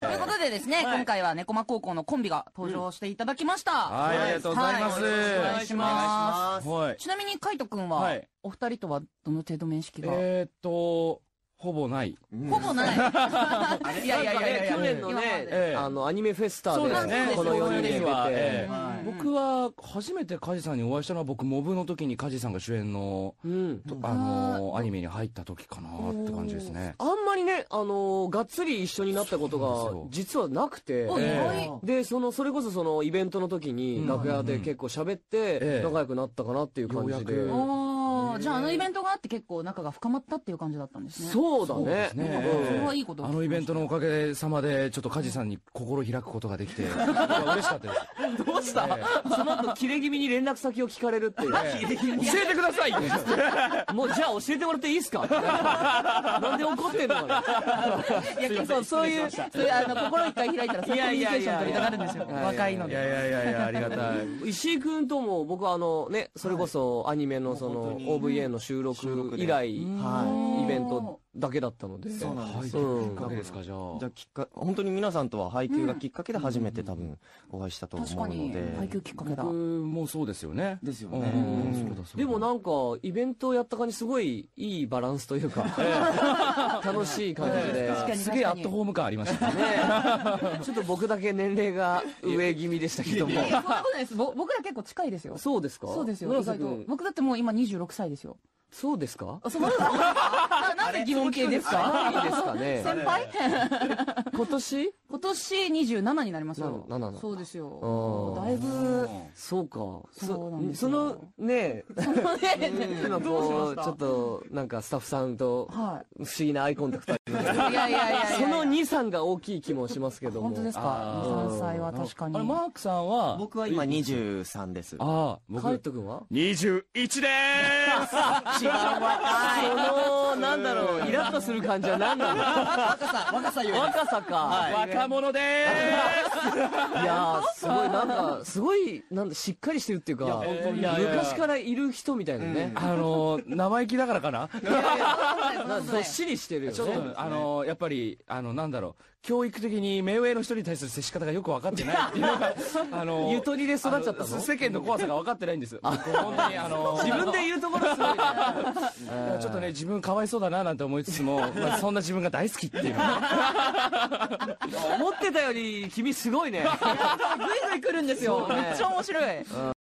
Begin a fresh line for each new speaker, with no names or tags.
ということでですね、今回は猫間高校のコンビが登場していただきました。
はい、ありがとうございま
は
す。
いお
は
願いしま
い。はい
す。ちなみに、カイトくんは、
はい
お二人とはどの程度面識が、
えーっと、ほぼない。
ほぼない。いやいやいやいや、
去年の
今ま
ね、
で
ええ
あの、アニメフェスタ
そうです
ね
で、この
そう
4
です
人で出て、
ええ
うん
僕は、初めてカジさんにお会いしたのは、僕、モブの時にカジさんが主演の、
うん。
とあのーアニメに入った時かなって感じですね。
あんまりね、あのーがっつり一緒になったこと
そう
が
なん、で
実はなくて、
お、意
え
外。
で、その、それこそその、イベントの時
う
に、
ん
楽屋で結構喋って
ええ、
仲良くなったかなっていう感じで。
ようやく
おーじゃああのイベントがあって結構仲が深まったっていう感じだったんですね。
そうだね。
ね
なんか
ええ
それはいいこと
あのイベントのおかげさまで、ちょっとカジさんに心開くことができて、嬉しかったです。
どうしたその後、切れ気味に連絡先を聞かれるっていう。
教えてくださいって
もう、じゃあ教えてもらっていいですかなんで怒ってんのかない
や結構そういう、そういうあの心一回開いたらそういうコミュニケーション取りたがるんですよ。
いやいやいや
若いの
い
で。
やいやいやいや、ありがたい。
石井くんとも僕はあのね、それこそアニメのその OVA の収録以来、はいイベントだけだったので。
そうなん
は
で
い、
す
きっかけですか、じゃ
じゃあきっか本当に皆さんとは配給がきっかけで初めて多分お会いしたと思
確
う
か
の
に
で、、
配給きっかけ
あ。
だ。
僕もそうですよね。
ですよ
うん
ね
うん
うん
そうだそうだ
でもなんか、イベントをやった感じ、すごいいいバランスとい うか、楽しい感じで。
確かに
すげえアットホーム感ありましたね。
ねちょっと僕だけ年齢が上気味でしたけども
い。やいやそんなことないです。ぼ僕ら結構近いですよ。
そうですか
そうですよ、意
村
外
瀬
と。
君
僕だってもう今26歳ですよ。
そうですか
あ、そうなんですか ななんで疑問系ですか
いいですか ね。
先輩
今年
今年27になりますよ。
ななな
そうですよ。
あー
だいぶ、
そうか。
そうなんですよ
その ね、
そのね、
今
どうしま
こ
し
う、
た
ちょっと、なんかスタッフさんと、不
は
思議なアイコンタクトあります
い。いやいやいやいや。
その2、3が大きい気もしますけども。
本当ですか
あ。
ー
2、3歳は確かに。
あれ、マークさんは、
僕は今23です。
ああ、僕、
カイト君は
21でーす
一番若
その、なんだろう、イラッとする感じは何なの
若さ、若さよ
若さか。
若者で
いやー、すごい、なんか、すごい、なんだ、しっかりしてるっていうか、
本当にいやいやいや
昔からいる人みたいなね
ー。すあのー、生意気だからかな
なんかどっしりしてるよね。
ちょっと、あのー、やっぱり、あの、なんだろう、教育的に目上の人に対する接し方がよく分かって ないっていうのが、あのー、
ゆとりで育っちゃったの
あ世間の怖さが分かってないんです。僕本当に、あのー、
自分で言うところすごいね。
いやちょっとね、自分かわいそうだななんて思いつつも、まあそんな自分が大好きっていうね。
思ってたより君すごいね。
ぐいぐい来るんですよ。めっちゃ面白い。